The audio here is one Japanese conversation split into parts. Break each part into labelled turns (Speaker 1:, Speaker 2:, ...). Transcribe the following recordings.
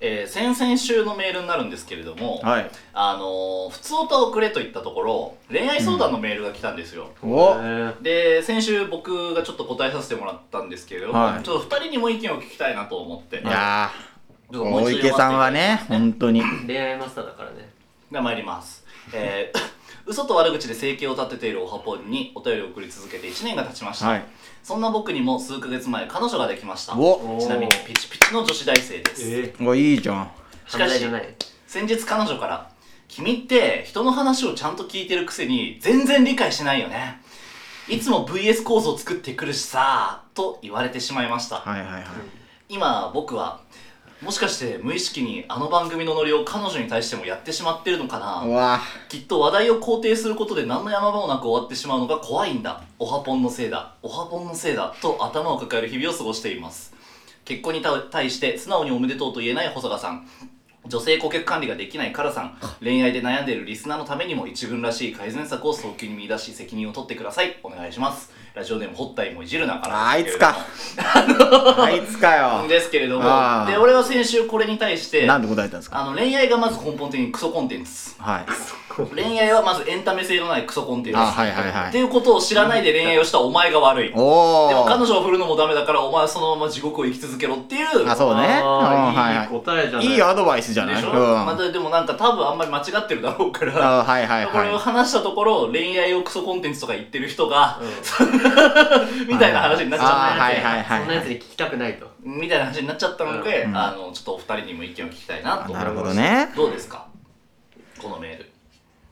Speaker 1: えー先々週のメールになるんですけれども、
Speaker 2: はい。
Speaker 1: あのー普通歌をくれと言ったところ恋愛相談のメールが来たんですよ、
Speaker 2: お
Speaker 3: え
Speaker 1: で先週僕がちょっと答えさせてもらったんですけれども、
Speaker 2: はい
Speaker 1: ちょっと2人にも意見を聞きたいなと思って
Speaker 2: いや
Speaker 1: ち
Speaker 2: ー、
Speaker 1: ょっともう一
Speaker 2: 大
Speaker 1: 度読
Speaker 2: 池さんは
Speaker 1: ませていただきます
Speaker 2: ね、本当に。
Speaker 3: ー恋愛マスターだからね
Speaker 1: では参ります。えー 嘘と悪口で生計を立てているおはぽんにお便りを送り続けて1年が経ちました、
Speaker 2: はい。
Speaker 1: そんな僕にも数ヶ月前彼女ができました
Speaker 2: お
Speaker 1: ちなみにピチピチの女子大生です、
Speaker 3: え
Speaker 2: おいいじゃん。
Speaker 1: しか
Speaker 3: 犯罪
Speaker 1: し
Speaker 3: じゃない
Speaker 1: 先日彼女から「君って人の話をちゃんと聞いてるくせに全然理解しないよねいつも VS 構造作ってくるしさ」と言われてしまいました、
Speaker 2: はいはいはい。
Speaker 1: 今僕はもしかして無意識にあの番組のノリを彼女に対してもやってしまってるのかな
Speaker 2: うわ
Speaker 1: きっと話題を肯定することで何の山場もなく終わってしまうのが怖いんだおはポンのせいだおはポンのせいだと頭を抱える日々を過ごしています結婚にた対して素直におめでとうと言えない保坂さん女性顧客管理ができないカラさん恋愛で悩んでいるリスナーのためにも一軍らしい改善策を早急に見出し責任を取ってくださいお願いしますラジオネームホッタイもいじるなから
Speaker 2: あいつかあいつかよ。
Speaker 1: ですけれども
Speaker 2: あー
Speaker 1: で俺は先週これに対して
Speaker 2: な
Speaker 1: あ
Speaker 2: んて答えたんですか
Speaker 1: の恋愛がまず根本的にクソコンテンツ
Speaker 2: はい。
Speaker 1: 恋愛はまずエンタメ性のないクソコンテンツ。
Speaker 2: あはいはいはい
Speaker 1: っていうことを知らないで恋愛をしたお前が悪い。でも
Speaker 2: お
Speaker 1: 彼
Speaker 2: ー。
Speaker 1: 女を振るのもダメだからお前はそのまま地獄を生き続けろっていう。
Speaker 2: あ、そうね。うん
Speaker 3: あーいい
Speaker 2: は
Speaker 3: 答えじ
Speaker 2: い
Speaker 3: ゃ
Speaker 2: は
Speaker 3: ない
Speaker 2: い。いいアドバイスじゃな
Speaker 1: で
Speaker 2: い
Speaker 1: し
Speaker 2: う
Speaker 1: ょ、
Speaker 2: ん。
Speaker 1: ま
Speaker 2: あ
Speaker 1: たでもなんか多分あんまり間違ってるだろうから。
Speaker 2: ーはいはい
Speaker 1: これを
Speaker 2: は
Speaker 1: 話したところ恋愛をクソコンテンツとか言ってる人が、
Speaker 3: うん
Speaker 2: い。
Speaker 1: みたいな話になっちゃった
Speaker 2: あー
Speaker 1: の
Speaker 2: はい
Speaker 1: で、
Speaker 2: はい
Speaker 3: そん
Speaker 2: は
Speaker 3: なやつ
Speaker 2: い。
Speaker 3: に聞きたくないと
Speaker 1: みたいな話になっちゃったので、
Speaker 2: うん
Speaker 1: あのちょっとお二人にも意見を聞きたいな
Speaker 2: あ
Speaker 1: と
Speaker 2: なるほどね。
Speaker 1: どうですかこのメール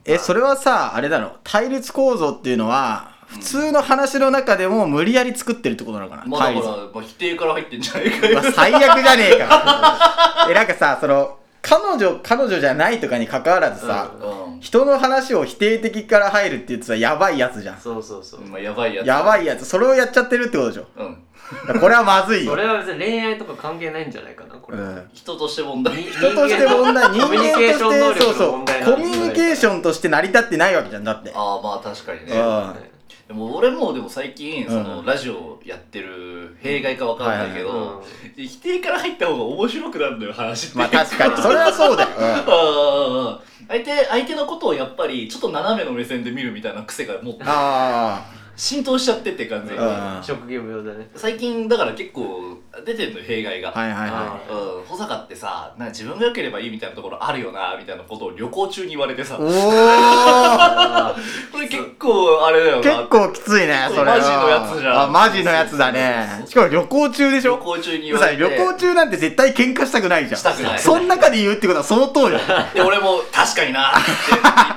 Speaker 2: え、それはさ、あれだろ。対立構造っていうのは、普通の話の中でも無理やり作ってるってことなのか
Speaker 1: ま
Speaker 2: な。
Speaker 1: あだ
Speaker 2: 対
Speaker 1: か
Speaker 2: 立
Speaker 1: ら、まあ、否定から入ってんじゃないうか
Speaker 2: わ最悪じゃねえかえなんかさその彼女彼女じゃないとかに関わらずさ、
Speaker 1: よ、うん
Speaker 2: 人の話を否定的から入るって言ってさやばいやつじゃん
Speaker 3: そうそうそう、
Speaker 1: まあ、やばいやつ
Speaker 2: やばいやつそれをやっちゃってるってことでしょ
Speaker 1: うん
Speaker 2: だからこれはまずい
Speaker 3: そ
Speaker 2: よ、
Speaker 3: れは別に恋愛とか関係ないんじゃないかなこ
Speaker 2: う
Speaker 3: れ、
Speaker 2: ん、
Speaker 1: 人として問題
Speaker 3: に
Speaker 2: 人として問題人
Speaker 3: コミュニ
Speaker 2: 間と
Speaker 3: ケーション
Speaker 2: し
Speaker 3: 能
Speaker 2: てそう
Speaker 3: 力
Speaker 2: そ
Speaker 3: の
Speaker 2: う
Speaker 3: 問題なんじゃない
Speaker 2: コミュニケーションとして成り立ってないわけじゃんだって
Speaker 1: ああまあ確かにね
Speaker 2: うん
Speaker 1: でも俺もでも最近その、
Speaker 2: うん
Speaker 1: ラジオやってる弊害かわかんないけど、
Speaker 3: うん
Speaker 1: 否定から入った方が面白くなるのよ話って、
Speaker 2: まあ確かにそれはそうだよ、うん
Speaker 1: あー相手相手のことをやっぱりちょっと斜めの目線で見るみたいな癖がもう
Speaker 2: あ
Speaker 1: 浸透しちゃってって感じ、
Speaker 2: うん
Speaker 3: 職業病だね
Speaker 1: 最近だから結構出てるのよ弊害が、
Speaker 2: あはいはいは
Speaker 1: うん、保坂ってさなんか自分が良ければいいみたいなところあるよなみたいなことを旅行中に言われてさ
Speaker 2: い お
Speaker 3: あー
Speaker 1: これ結構あれだよ
Speaker 2: お
Speaker 1: な
Speaker 2: 結構きついねそれは
Speaker 1: マジのやつじゃん
Speaker 2: あマジのやつだねしかも旅行中でし
Speaker 1: 旅
Speaker 2: ょ
Speaker 1: 行中に言わ
Speaker 2: さ
Speaker 1: れて
Speaker 2: 旅行中なんて絶対喧嘩したくないじゃん
Speaker 1: したくない
Speaker 2: そん中で言うってことは相 当よ
Speaker 1: で俺も「確かにな」っ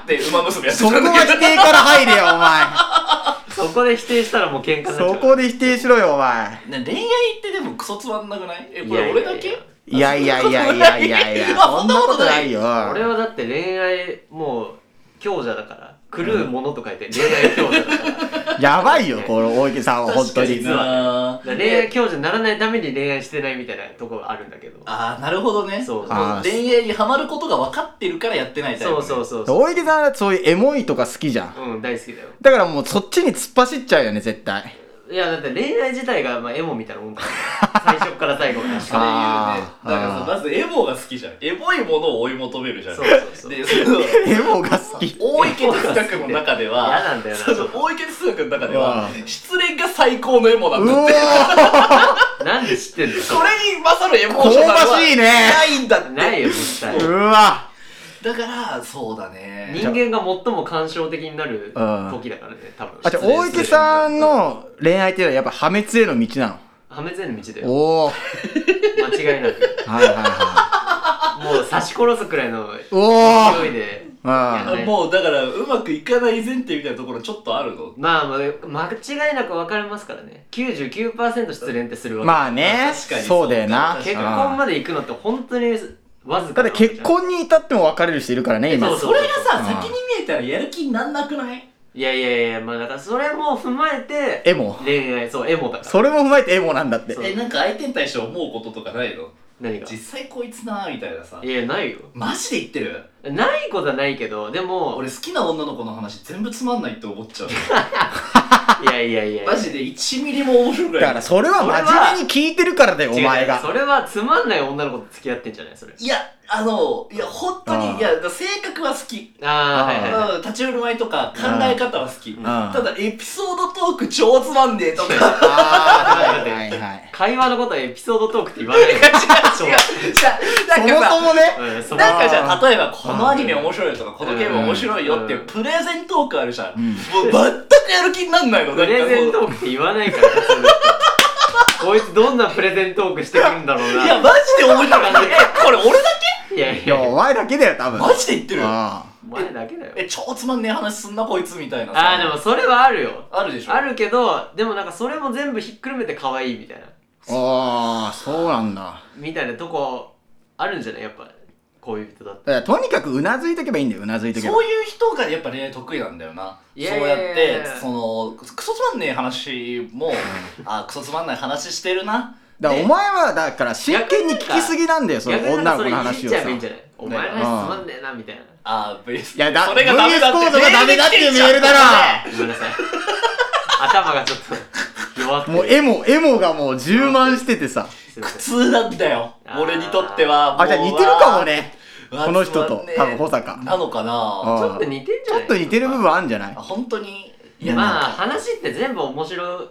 Speaker 1: て言って馬娘やって
Speaker 2: そこ
Speaker 1: た
Speaker 2: は
Speaker 1: んだけ
Speaker 2: 否定から入れよ
Speaker 3: そこで否定したらもう喧嘩
Speaker 2: お前
Speaker 3: になっちゃう
Speaker 2: そこで否定しろよお前
Speaker 1: どね恋愛ってでもクソつまんなくないえこれ俺だけ
Speaker 2: いやいやいやいやいやいや
Speaker 1: あそんなことない
Speaker 2: よ
Speaker 3: 俺はだって恋愛もう強者だから狂うものと書いて恋愛強者だからだか
Speaker 2: やばいよこの大池さんは本
Speaker 1: 確
Speaker 2: 当
Speaker 1: か
Speaker 2: に
Speaker 1: にな
Speaker 3: ら恋愛強者にならないために恋愛してないみたいなとこがあるんだけど
Speaker 1: ああなるほどね
Speaker 3: そう
Speaker 2: あー
Speaker 1: 恋愛にハマることが分かってるからやってないタイプ
Speaker 3: そうそううそうそ
Speaker 2: 大池さんはそういうエモいとか好きじゃん
Speaker 3: ううん大好きだよ
Speaker 2: だからもうそっちに突っ走っちゃうよね絶対
Speaker 3: いやだって恋愛自体がまあエモみたいなもん だから最初から最後まで
Speaker 1: それ言うね
Speaker 2: あー
Speaker 1: だからさ
Speaker 2: あー
Speaker 1: まずエモが好きじゃんエモいものを追い求めるじゃん
Speaker 3: そうそうそう
Speaker 1: でその
Speaker 2: エモが好き
Speaker 1: 大池哲学の中では
Speaker 3: 嫌なんだよな
Speaker 1: その大池哲学の中では
Speaker 2: う
Speaker 1: 失恋が最高のエモなん
Speaker 2: う
Speaker 1: だ
Speaker 2: お
Speaker 1: っ
Speaker 2: ー
Speaker 1: て
Speaker 3: なんで知ってんの
Speaker 1: それに勝るエモーショ
Speaker 2: 香
Speaker 1: ン
Speaker 2: ばしいね
Speaker 1: ないんだって
Speaker 3: ないよ実際
Speaker 2: うわ
Speaker 1: だからそうだね
Speaker 3: 人間が最も感傷的になる
Speaker 2: うん
Speaker 3: 時だからね多分
Speaker 2: あじゃあ
Speaker 1: 失礼
Speaker 2: 大池さんの恋愛っていうのはやっぱ破滅への道なの
Speaker 3: 破滅への道だよ
Speaker 2: おおはい
Speaker 3: 間違いなく
Speaker 2: はいは
Speaker 3: もう刺し殺すくらい
Speaker 2: い
Speaker 3: の
Speaker 2: おお
Speaker 3: 勢いで
Speaker 2: うん
Speaker 3: ね
Speaker 1: もうだからうまくいかない前提みたいなところちょっとあるの
Speaker 3: まあまあ間違いなく別れますからね99%失恋ってするわけ、
Speaker 2: まあね
Speaker 1: 確かに
Speaker 2: そうだよな
Speaker 3: 結婚
Speaker 2: うん
Speaker 3: まで行くのって本当にわずか
Speaker 2: だっ
Speaker 3: な
Speaker 2: て結婚に至っても別れる人いるからね今
Speaker 3: そう
Speaker 1: それがさ
Speaker 2: うん
Speaker 1: 先に見えたらやる気になんなくない
Speaker 3: いやいやいやまあだからそれも踏まえて
Speaker 2: エモ
Speaker 3: 恋愛そうエモだから
Speaker 2: それも踏まえてエモなんだって
Speaker 3: そう
Speaker 1: えなんか相手に対して思うこととかないの
Speaker 3: 何が
Speaker 1: 実際こいつなみたいなさ
Speaker 3: いやないよ
Speaker 1: マジで言ってる
Speaker 3: ないことはないけどでも
Speaker 1: 俺好きな女の子の話全部つまんないって思っちゃう
Speaker 3: いやいやいやいや
Speaker 1: マジで1ミリも面白く
Speaker 2: だ
Speaker 1: な
Speaker 2: か
Speaker 1: い
Speaker 2: らそれは真面目に聞いてるからだよお
Speaker 3: 違う
Speaker 2: 前
Speaker 3: そ
Speaker 2: が
Speaker 3: れはつまんない女の子と付き合ってんじゃないそれ
Speaker 1: いやあのいや本当
Speaker 2: あ
Speaker 1: に
Speaker 2: ー
Speaker 1: いや性格は好き
Speaker 3: ああはいはいはい
Speaker 1: うん立ち振る舞いとか考え方は好き
Speaker 3: うん
Speaker 1: ただエピソードトーク超つまんねえとか
Speaker 2: あーはいはいはい
Speaker 3: 会話のことはエピソードトークって言わない違う
Speaker 1: 違う違うな
Speaker 2: そ
Speaker 1: ん
Speaker 2: も
Speaker 1: かさ
Speaker 2: そもね
Speaker 3: うん、その
Speaker 1: なんかじ
Speaker 2: あ
Speaker 1: ゃ
Speaker 2: ー
Speaker 1: あ例えばこのアニメ面白いよとかこのゲーム面白いよっていう
Speaker 3: うん
Speaker 1: プレゼントークあるじゃん、も
Speaker 2: ん
Speaker 1: う全くやる気になんないの
Speaker 3: プレゼ
Speaker 1: なん
Speaker 3: ン
Speaker 1: か
Speaker 3: トークって言わないから普通の人こいつどんなプレゼントークしてくるんだろう
Speaker 1: もう
Speaker 3: ない
Speaker 1: やマジで面白かったえこれ俺だ
Speaker 3: いやい
Speaker 2: いや
Speaker 3: や
Speaker 2: お前だけだよ多分
Speaker 1: けマジで言ってる
Speaker 2: あ
Speaker 3: お前だけだよ
Speaker 1: え超つまんねえ話すんなこいつみたいなさ
Speaker 3: ああでもそれはあるよ
Speaker 1: あるでしょ
Speaker 3: あるけどでもなんかそれも全部ひっくるめて可愛いみたいな
Speaker 2: ーあーそうなんだ
Speaker 3: みたいなとこあるんじゃないやっぱこういう人だって
Speaker 2: だからとにかくうなずいとけばいいんだようなずいとけば
Speaker 1: そういう人がやっぱ恋愛得意なんだよな。
Speaker 3: いやいやいやいや
Speaker 1: そうやって、その、クソつまんねえ話も、あ、クソつまんない話してるな。
Speaker 2: だからお
Speaker 1: で
Speaker 2: 前はだから真剣に聞きすぎなんだよその
Speaker 3: 逆に
Speaker 2: 女
Speaker 3: なん
Speaker 2: の子の
Speaker 3: かそれい
Speaker 2: 話
Speaker 3: じ
Speaker 2: を
Speaker 3: っ
Speaker 2: さ
Speaker 3: ちゃえばいいんじゃないお前の話つまんねえなみたいな
Speaker 1: あ、VS。
Speaker 2: いやだ
Speaker 1: それがダメだって。
Speaker 2: VS 構造がダメだっていうメールだな
Speaker 3: ごめんなさい頭がちょっと弱くて
Speaker 2: もうエモエモがもう充満しててさ
Speaker 3: すいま
Speaker 1: 苦
Speaker 3: せん
Speaker 1: 痛なんだよ。
Speaker 3: あー
Speaker 1: 俺にとっては。
Speaker 2: あじゃあ似てるかもね
Speaker 1: うわ。
Speaker 2: この人
Speaker 1: つ
Speaker 2: と
Speaker 1: まんねえ
Speaker 2: 多分保坂
Speaker 1: なのか
Speaker 2: あ
Speaker 1: な
Speaker 2: ー
Speaker 3: ちょっと似てんじ
Speaker 2: ち
Speaker 3: ゃ
Speaker 2: ょ
Speaker 3: ない
Speaker 2: っと似てる部分あんじゃない
Speaker 1: あ本当に。い
Speaker 3: い
Speaker 1: や、
Speaker 3: や
Speaker 1: まあ、
Speaker 3: まあ話って全部面白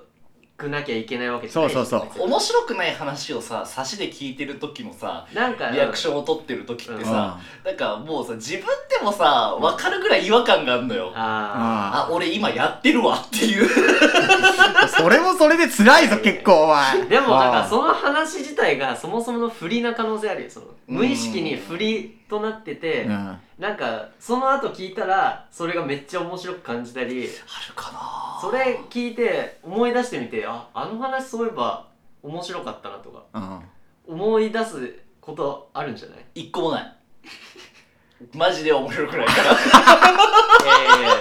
Speaker 3: くなきゃいけないわけじゃない
Speaker 2: そうそうそう
Speaker 3: 別に
Speaker 1: 面白くない話をさ、差しで聞いてる時のさ、
Speaker 3: なんか
Speaker 1: リアクションを取ってる時ってさ、
Speaker 2: う
Speaker 1: なんかもうさ、自分でもさ、わかるぐらい違和感があるのよ。
Speaker 3: あ
Speaker 2: あ
Speaker 1: あ、俺今やってるわっていう。
Speaker 2: あそれもそれで辛いぞ結構お前
Speaker 3: あ でもなんか
Speaker 2: う
Speaker 3: その話自体がそもそもの振りな可能性あるよその無意識に振りとなってて
Speaker 2: うん
Speaker 3: なんかその後聞いたらそれがめっちゃ面白く感じたり
Speaker 1: あるかな
Speaker 3: それ聞いて思い出してみてああの話そういえば面白かったなとか
Speaker 2: うん
Speaker 3: 思い出すことあるんじゃない
Speaker 1: 一個もないマジで面白くないから
Speaker 3: え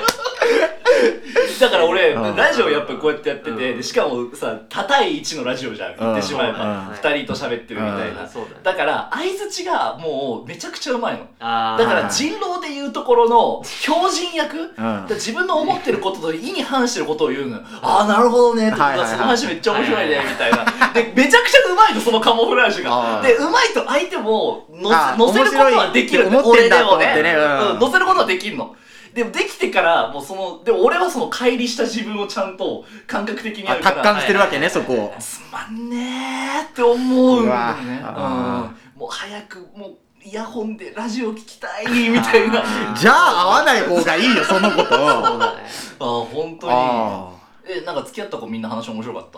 Speaker 1: だから俺
Speaker 2: うん
Speaker 1: ラジオやっぱこうやってやってて、
Speaker 3: うん
Speaker 1: でしかもさ高い位置のラジオじゃん言ってしまえば、
Speaker 2: うん
Speaker 1: 二人と喋ってるみたいな、
Speaker 3: えそうだね
Speaker 1: だから相づちがもうめちゃくちゃうまいの
Speaker 3: あー
Speaker 1: だから人狼で言うところの標準役
Speaker 2: う
Speaker 1: だ
Speaker 2: ん
Speaker 1: から自分の思ってることと意に反してることを言うのよああなるほどねとか、
Speaker 2: はいはいはい
Speaker 1: その話めっちゃ面白いねみたいなでめちゃくちゃうまいのそのカモフラージュ
Speaker 2: あ
Speaker 1: が
Speaker 2: ー
Speaker 1: でうまいと相手もの
Speaker 2: あー
Speaker 1: 乗せることはできる
Speaker 2: 面白いって思ってんだと思って
Speaker 1: 俺で
Speaker 2: ね
Speaker 1: も
Speaker 2: うん
Speaker 1: うん乗せることはできるのでもできてからもうそのでも俺はその乖離した自分をちゃんと感覚的にや
Speaker 2: あ
Speaker 1: るから
Speaker 2: 達観してるわけね
Speaker 3: はいは
Speaker 2: そ
Speaker 3: い
Speaker 2: こを
Speaker 1: つまんねえって思うんだよね
Speaker 2: うわ
Speaker 1: うん、もう早くもうイヤホンでラジオ聞きたいみたいな
Speaker 3: あー
Speaker 2: じゃあ会わない方がいいよその こと
Speaker 3: そう
Speaker 2: を
Speaker 3: だね
Speaker 1: ああ本当に
Speaker 2: あ
Speaker 1: えなんか付き合った子みんな話面白かった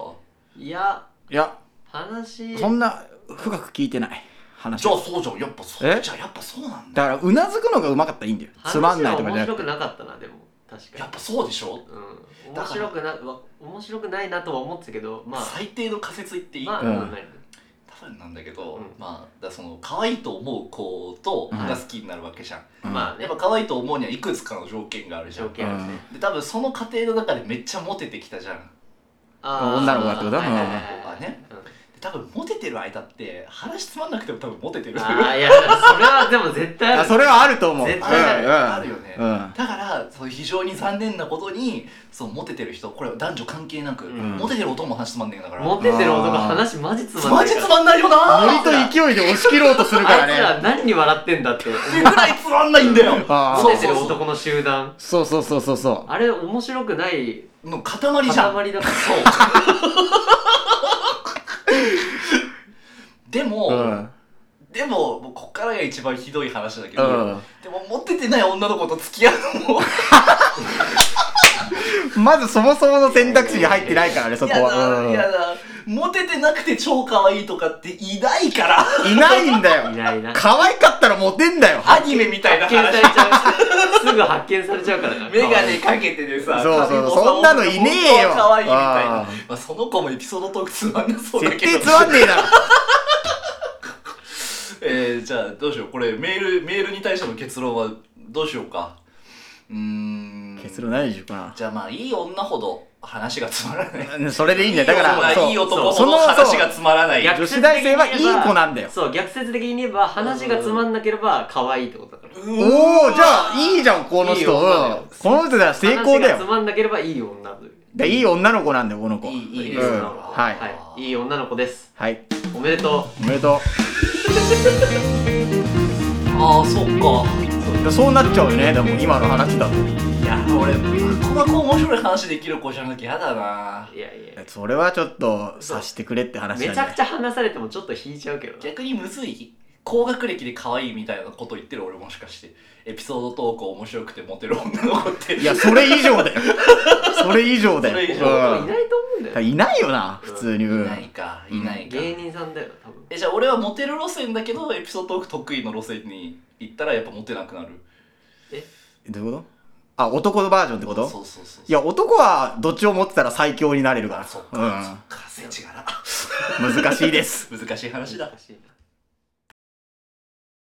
Speaker 3: いや
Speaker 2: ーいや
Speaker 3: 話
Speaker 2: そんな深く聞いてない話
Speaker 1: じゃあそうじゃんやっぱそ
Speaker 2: え
Speaker 1: うじゃあやっぱそうなんだ
Speaker 2: だからうなずくのがうまかったらいいんだよつまんないとかじゃ
Speaker 3: 話は面
Speaker 2: な
Speaker 3: 白
Speaker 2: く
Speaker 3: く
Speaker 2: て
Speaker 3: なかったなでも確かに
Speaker 1: やっぱそうでしょ、
Speaker 3: うん
Speaker 1: だ
Speaker 3: 面
Speaker 1: から
Speaker 3: 白くなうわ面白くないなとは思ってたけどまあ
Speaker 1: 最低の仮説言っていい、
Speaker 3: まあ、
Speaker 2: うん
Speaker 3: うん
Speaker 1: 多分なんだけど、
Speaker 3: うん
Speaker 1: まあだからその可愛いと思う子と
Speaker 2: うん
Speaker 1: が好きになるわけじゃん、
Speaker 2: うん
Speaker 3: まあね
Speaker 1: やっぱ可愛いと思うにはいくつかの条件があるじゃ
Speaker 3: 条
Speaker 1: ん
Speaker 3: 件あるね、
Speaker 2: うん
Speaker 1: で多分その過程の中でめっちゃモテてきたじゃん
Speaker 3: あー
Speaker 2: 女の子がってことだ
Speaker 3: はいはいはい
Speaker 1: まあね
Speaker 3: うん
Speaker 1: で多分モテてる間って話つまんなくても多分モテてる
Speaker 3: あーいやそれはでも絶対あ
Speaker 2: あ
Speaker 3: る
Speaker 2: それはあると思う
Speaker 3: 絶対
Speaker 1: あ
Speaker 3: あ
Speaker 1: る
Speaker 2: うんう
Speaker 1: あ
Speaker 2: ん
Speaker 1: るよね、
Speaker 2: うん
Speaker 1: だからその非常に残念なことにそうモテてる人これは男女関係なく、
Speaker 3: うん
Speaker 1: モテてる男も話つまんねえんだから
Speaker 3: モテてる男話マジつまんな
Speaker 1: マ
Speaker 3: い
Speaker 1: ジ
Speaker 3: から
Speaker 1: つまんないよな
Speaker 2: ノリと
Speaker 1: っ
Speaker 2: 勢いで押し切ろうとするから
Speaker 3: あいつら
Speaker 2: ね
Speaker 3: 何に笑って んだって思う
Speaker 1: てぐらいつまんないんだよ
Speaker 2: あー
Speaker 3: モテて
Speaker 1: そ
Speaker 3: る
Speaker 1: うそう
Speaker 3: 男の集団
Speaker 2: そうそうそうそうそう
Speaker 3: あれ面白くない
Speaker 1: そう の塊じゃん
Speaker 3: 塊だから
Speaker 1: でも、
Speaker 2: うん
Speaker 1: でももうこっからが一番ひどい話だけ
Speaker 2: う
Speaker 1: ど、
Speaker 2: ん
Speaker 1: でもモテてない女の子と付き合うのも
Speaker 2: まずそもそもの選択肢に入ってないからねそこ
Speaker 1: やだ、
Speaker 2: はうん
Speaker 1: やだモテてなくて超可愛いとかっていないから
Speaker 2: いないんだよ
Speaker 3: いないな
Speaker 2: 可愛かったらモテんだよ
Speaker 1: アニメみたいな
Speaker 3: 発見され
Speaker 1: 話
Speaker 3: ちゃうすぐ発見されちゃうからな
Speaker 1: メガネかけてでさ、
Speaker 2: そうそう
Speaker 1: 髪もさ
Speaker 2: そんなのいねえよ
Speaker 1: 本当は可愛いみたいな。
Speaker 2: あ
Speaker 1: まあその子もエピソードトークつまんなそうだ
Speaker 2: 絶
Speaker 1: けど。
Speaker 2: 対つまんねえだろ
Speaker 1: えー、じゃあどうしよう。これメール、メールに対しての結論はどうしようか。うーん。
Speaker 2: 結論ないでしょか
Speaker 1: じゃあまあいい女ほど話がつまらない。
Speaker 2: なそれでいいんだよだから
Speaker 1: いい女いい
Speaker 2: そう
Speaker 1: 男
Speaker 2: そ
Speaker 1: ほど
Speaker 2: の
Speaker 1: 話
Speaker 2: そう
Speaker 1: がつまらない。う
Speaker 2: 女子大生はいい子なんだよ
Speaker 3: そう逆説的に言えば話がつまんなければ可愛いってことだから
Speaker 2: おお
Speaker 1: ー
Speaker 2: じゃあいいじゃんこの
Speaker 3: いい
Speaker 2: 人
Speaker 3: よ
Speaker 2: うんこの人なら成功だ
Speaker 3: 話がつ
Speaker 2: よ
Speaker 3: まんなければいい女という
Speaker 2: でいい女の子なんだよこの子
Speaker 1: いいいいです
Speaker 2: う
Speaker 1: ね
Speaker 2: ん、
Speaker 1: は
Speaker 2: はい
Speaker 3: はい、いい女の子です
Speaker 2: はい
Speaker 3: おめでと
Speaker 2: おめでと
Speaker 1: ああそっか
Speaker 2: うでそうなっちゃうよねでも今の話だと
Speaker 1: いや俺ここ面白い話できる子じゃなきゃやだな
Speaker 3: ういやいや
Speaker 2: それはちょっと察してくれって話
Speaker 3: め
Speaker 2: なん
Speaker 3: ち
Speaker 2: だ
Speaker 3: ゃ
Speaker 2: よ
Speaker 3: くちゃ話されてもちょっと引いちゃうけどな
Speaker 1: 逆にむずい高学歴で可愛いみたいなこと言ってる俺もしかしてエピソードトーク面白くてモテる女の子って
Speaker 2: いやそれ以上だよそれ以上だよ
Speaker 1: それ以上
Speaker 2: うん
Speaker 3: いないと思うんだ
Speaker 2: だか
Speaker 3: よ
Speaker 2: らいないよな普通に、うん
Speaker 1: い ないかいないか、
Speaker 3: 芸人さんだよ多分
Speaker 1: えじゃあ俺はモテる路線だけどエピソードトーク得意の路線に行ったらやっぱモテなくなる
Speaker 2: どういうことあ男のバージョンってこと
Speaker 1: そうそうそう
Speaker 2: いや男はどっちを持ってたら最強になれる
Speaker 1: あ
Speaker 2: か
Speaker 1: そっか、
Speaker 2: ら
Speaker 1: そっかせちがら
Speaker 2: うん難しいです
Speaker 1: 難しい話だ
Speaker 3: 難しいな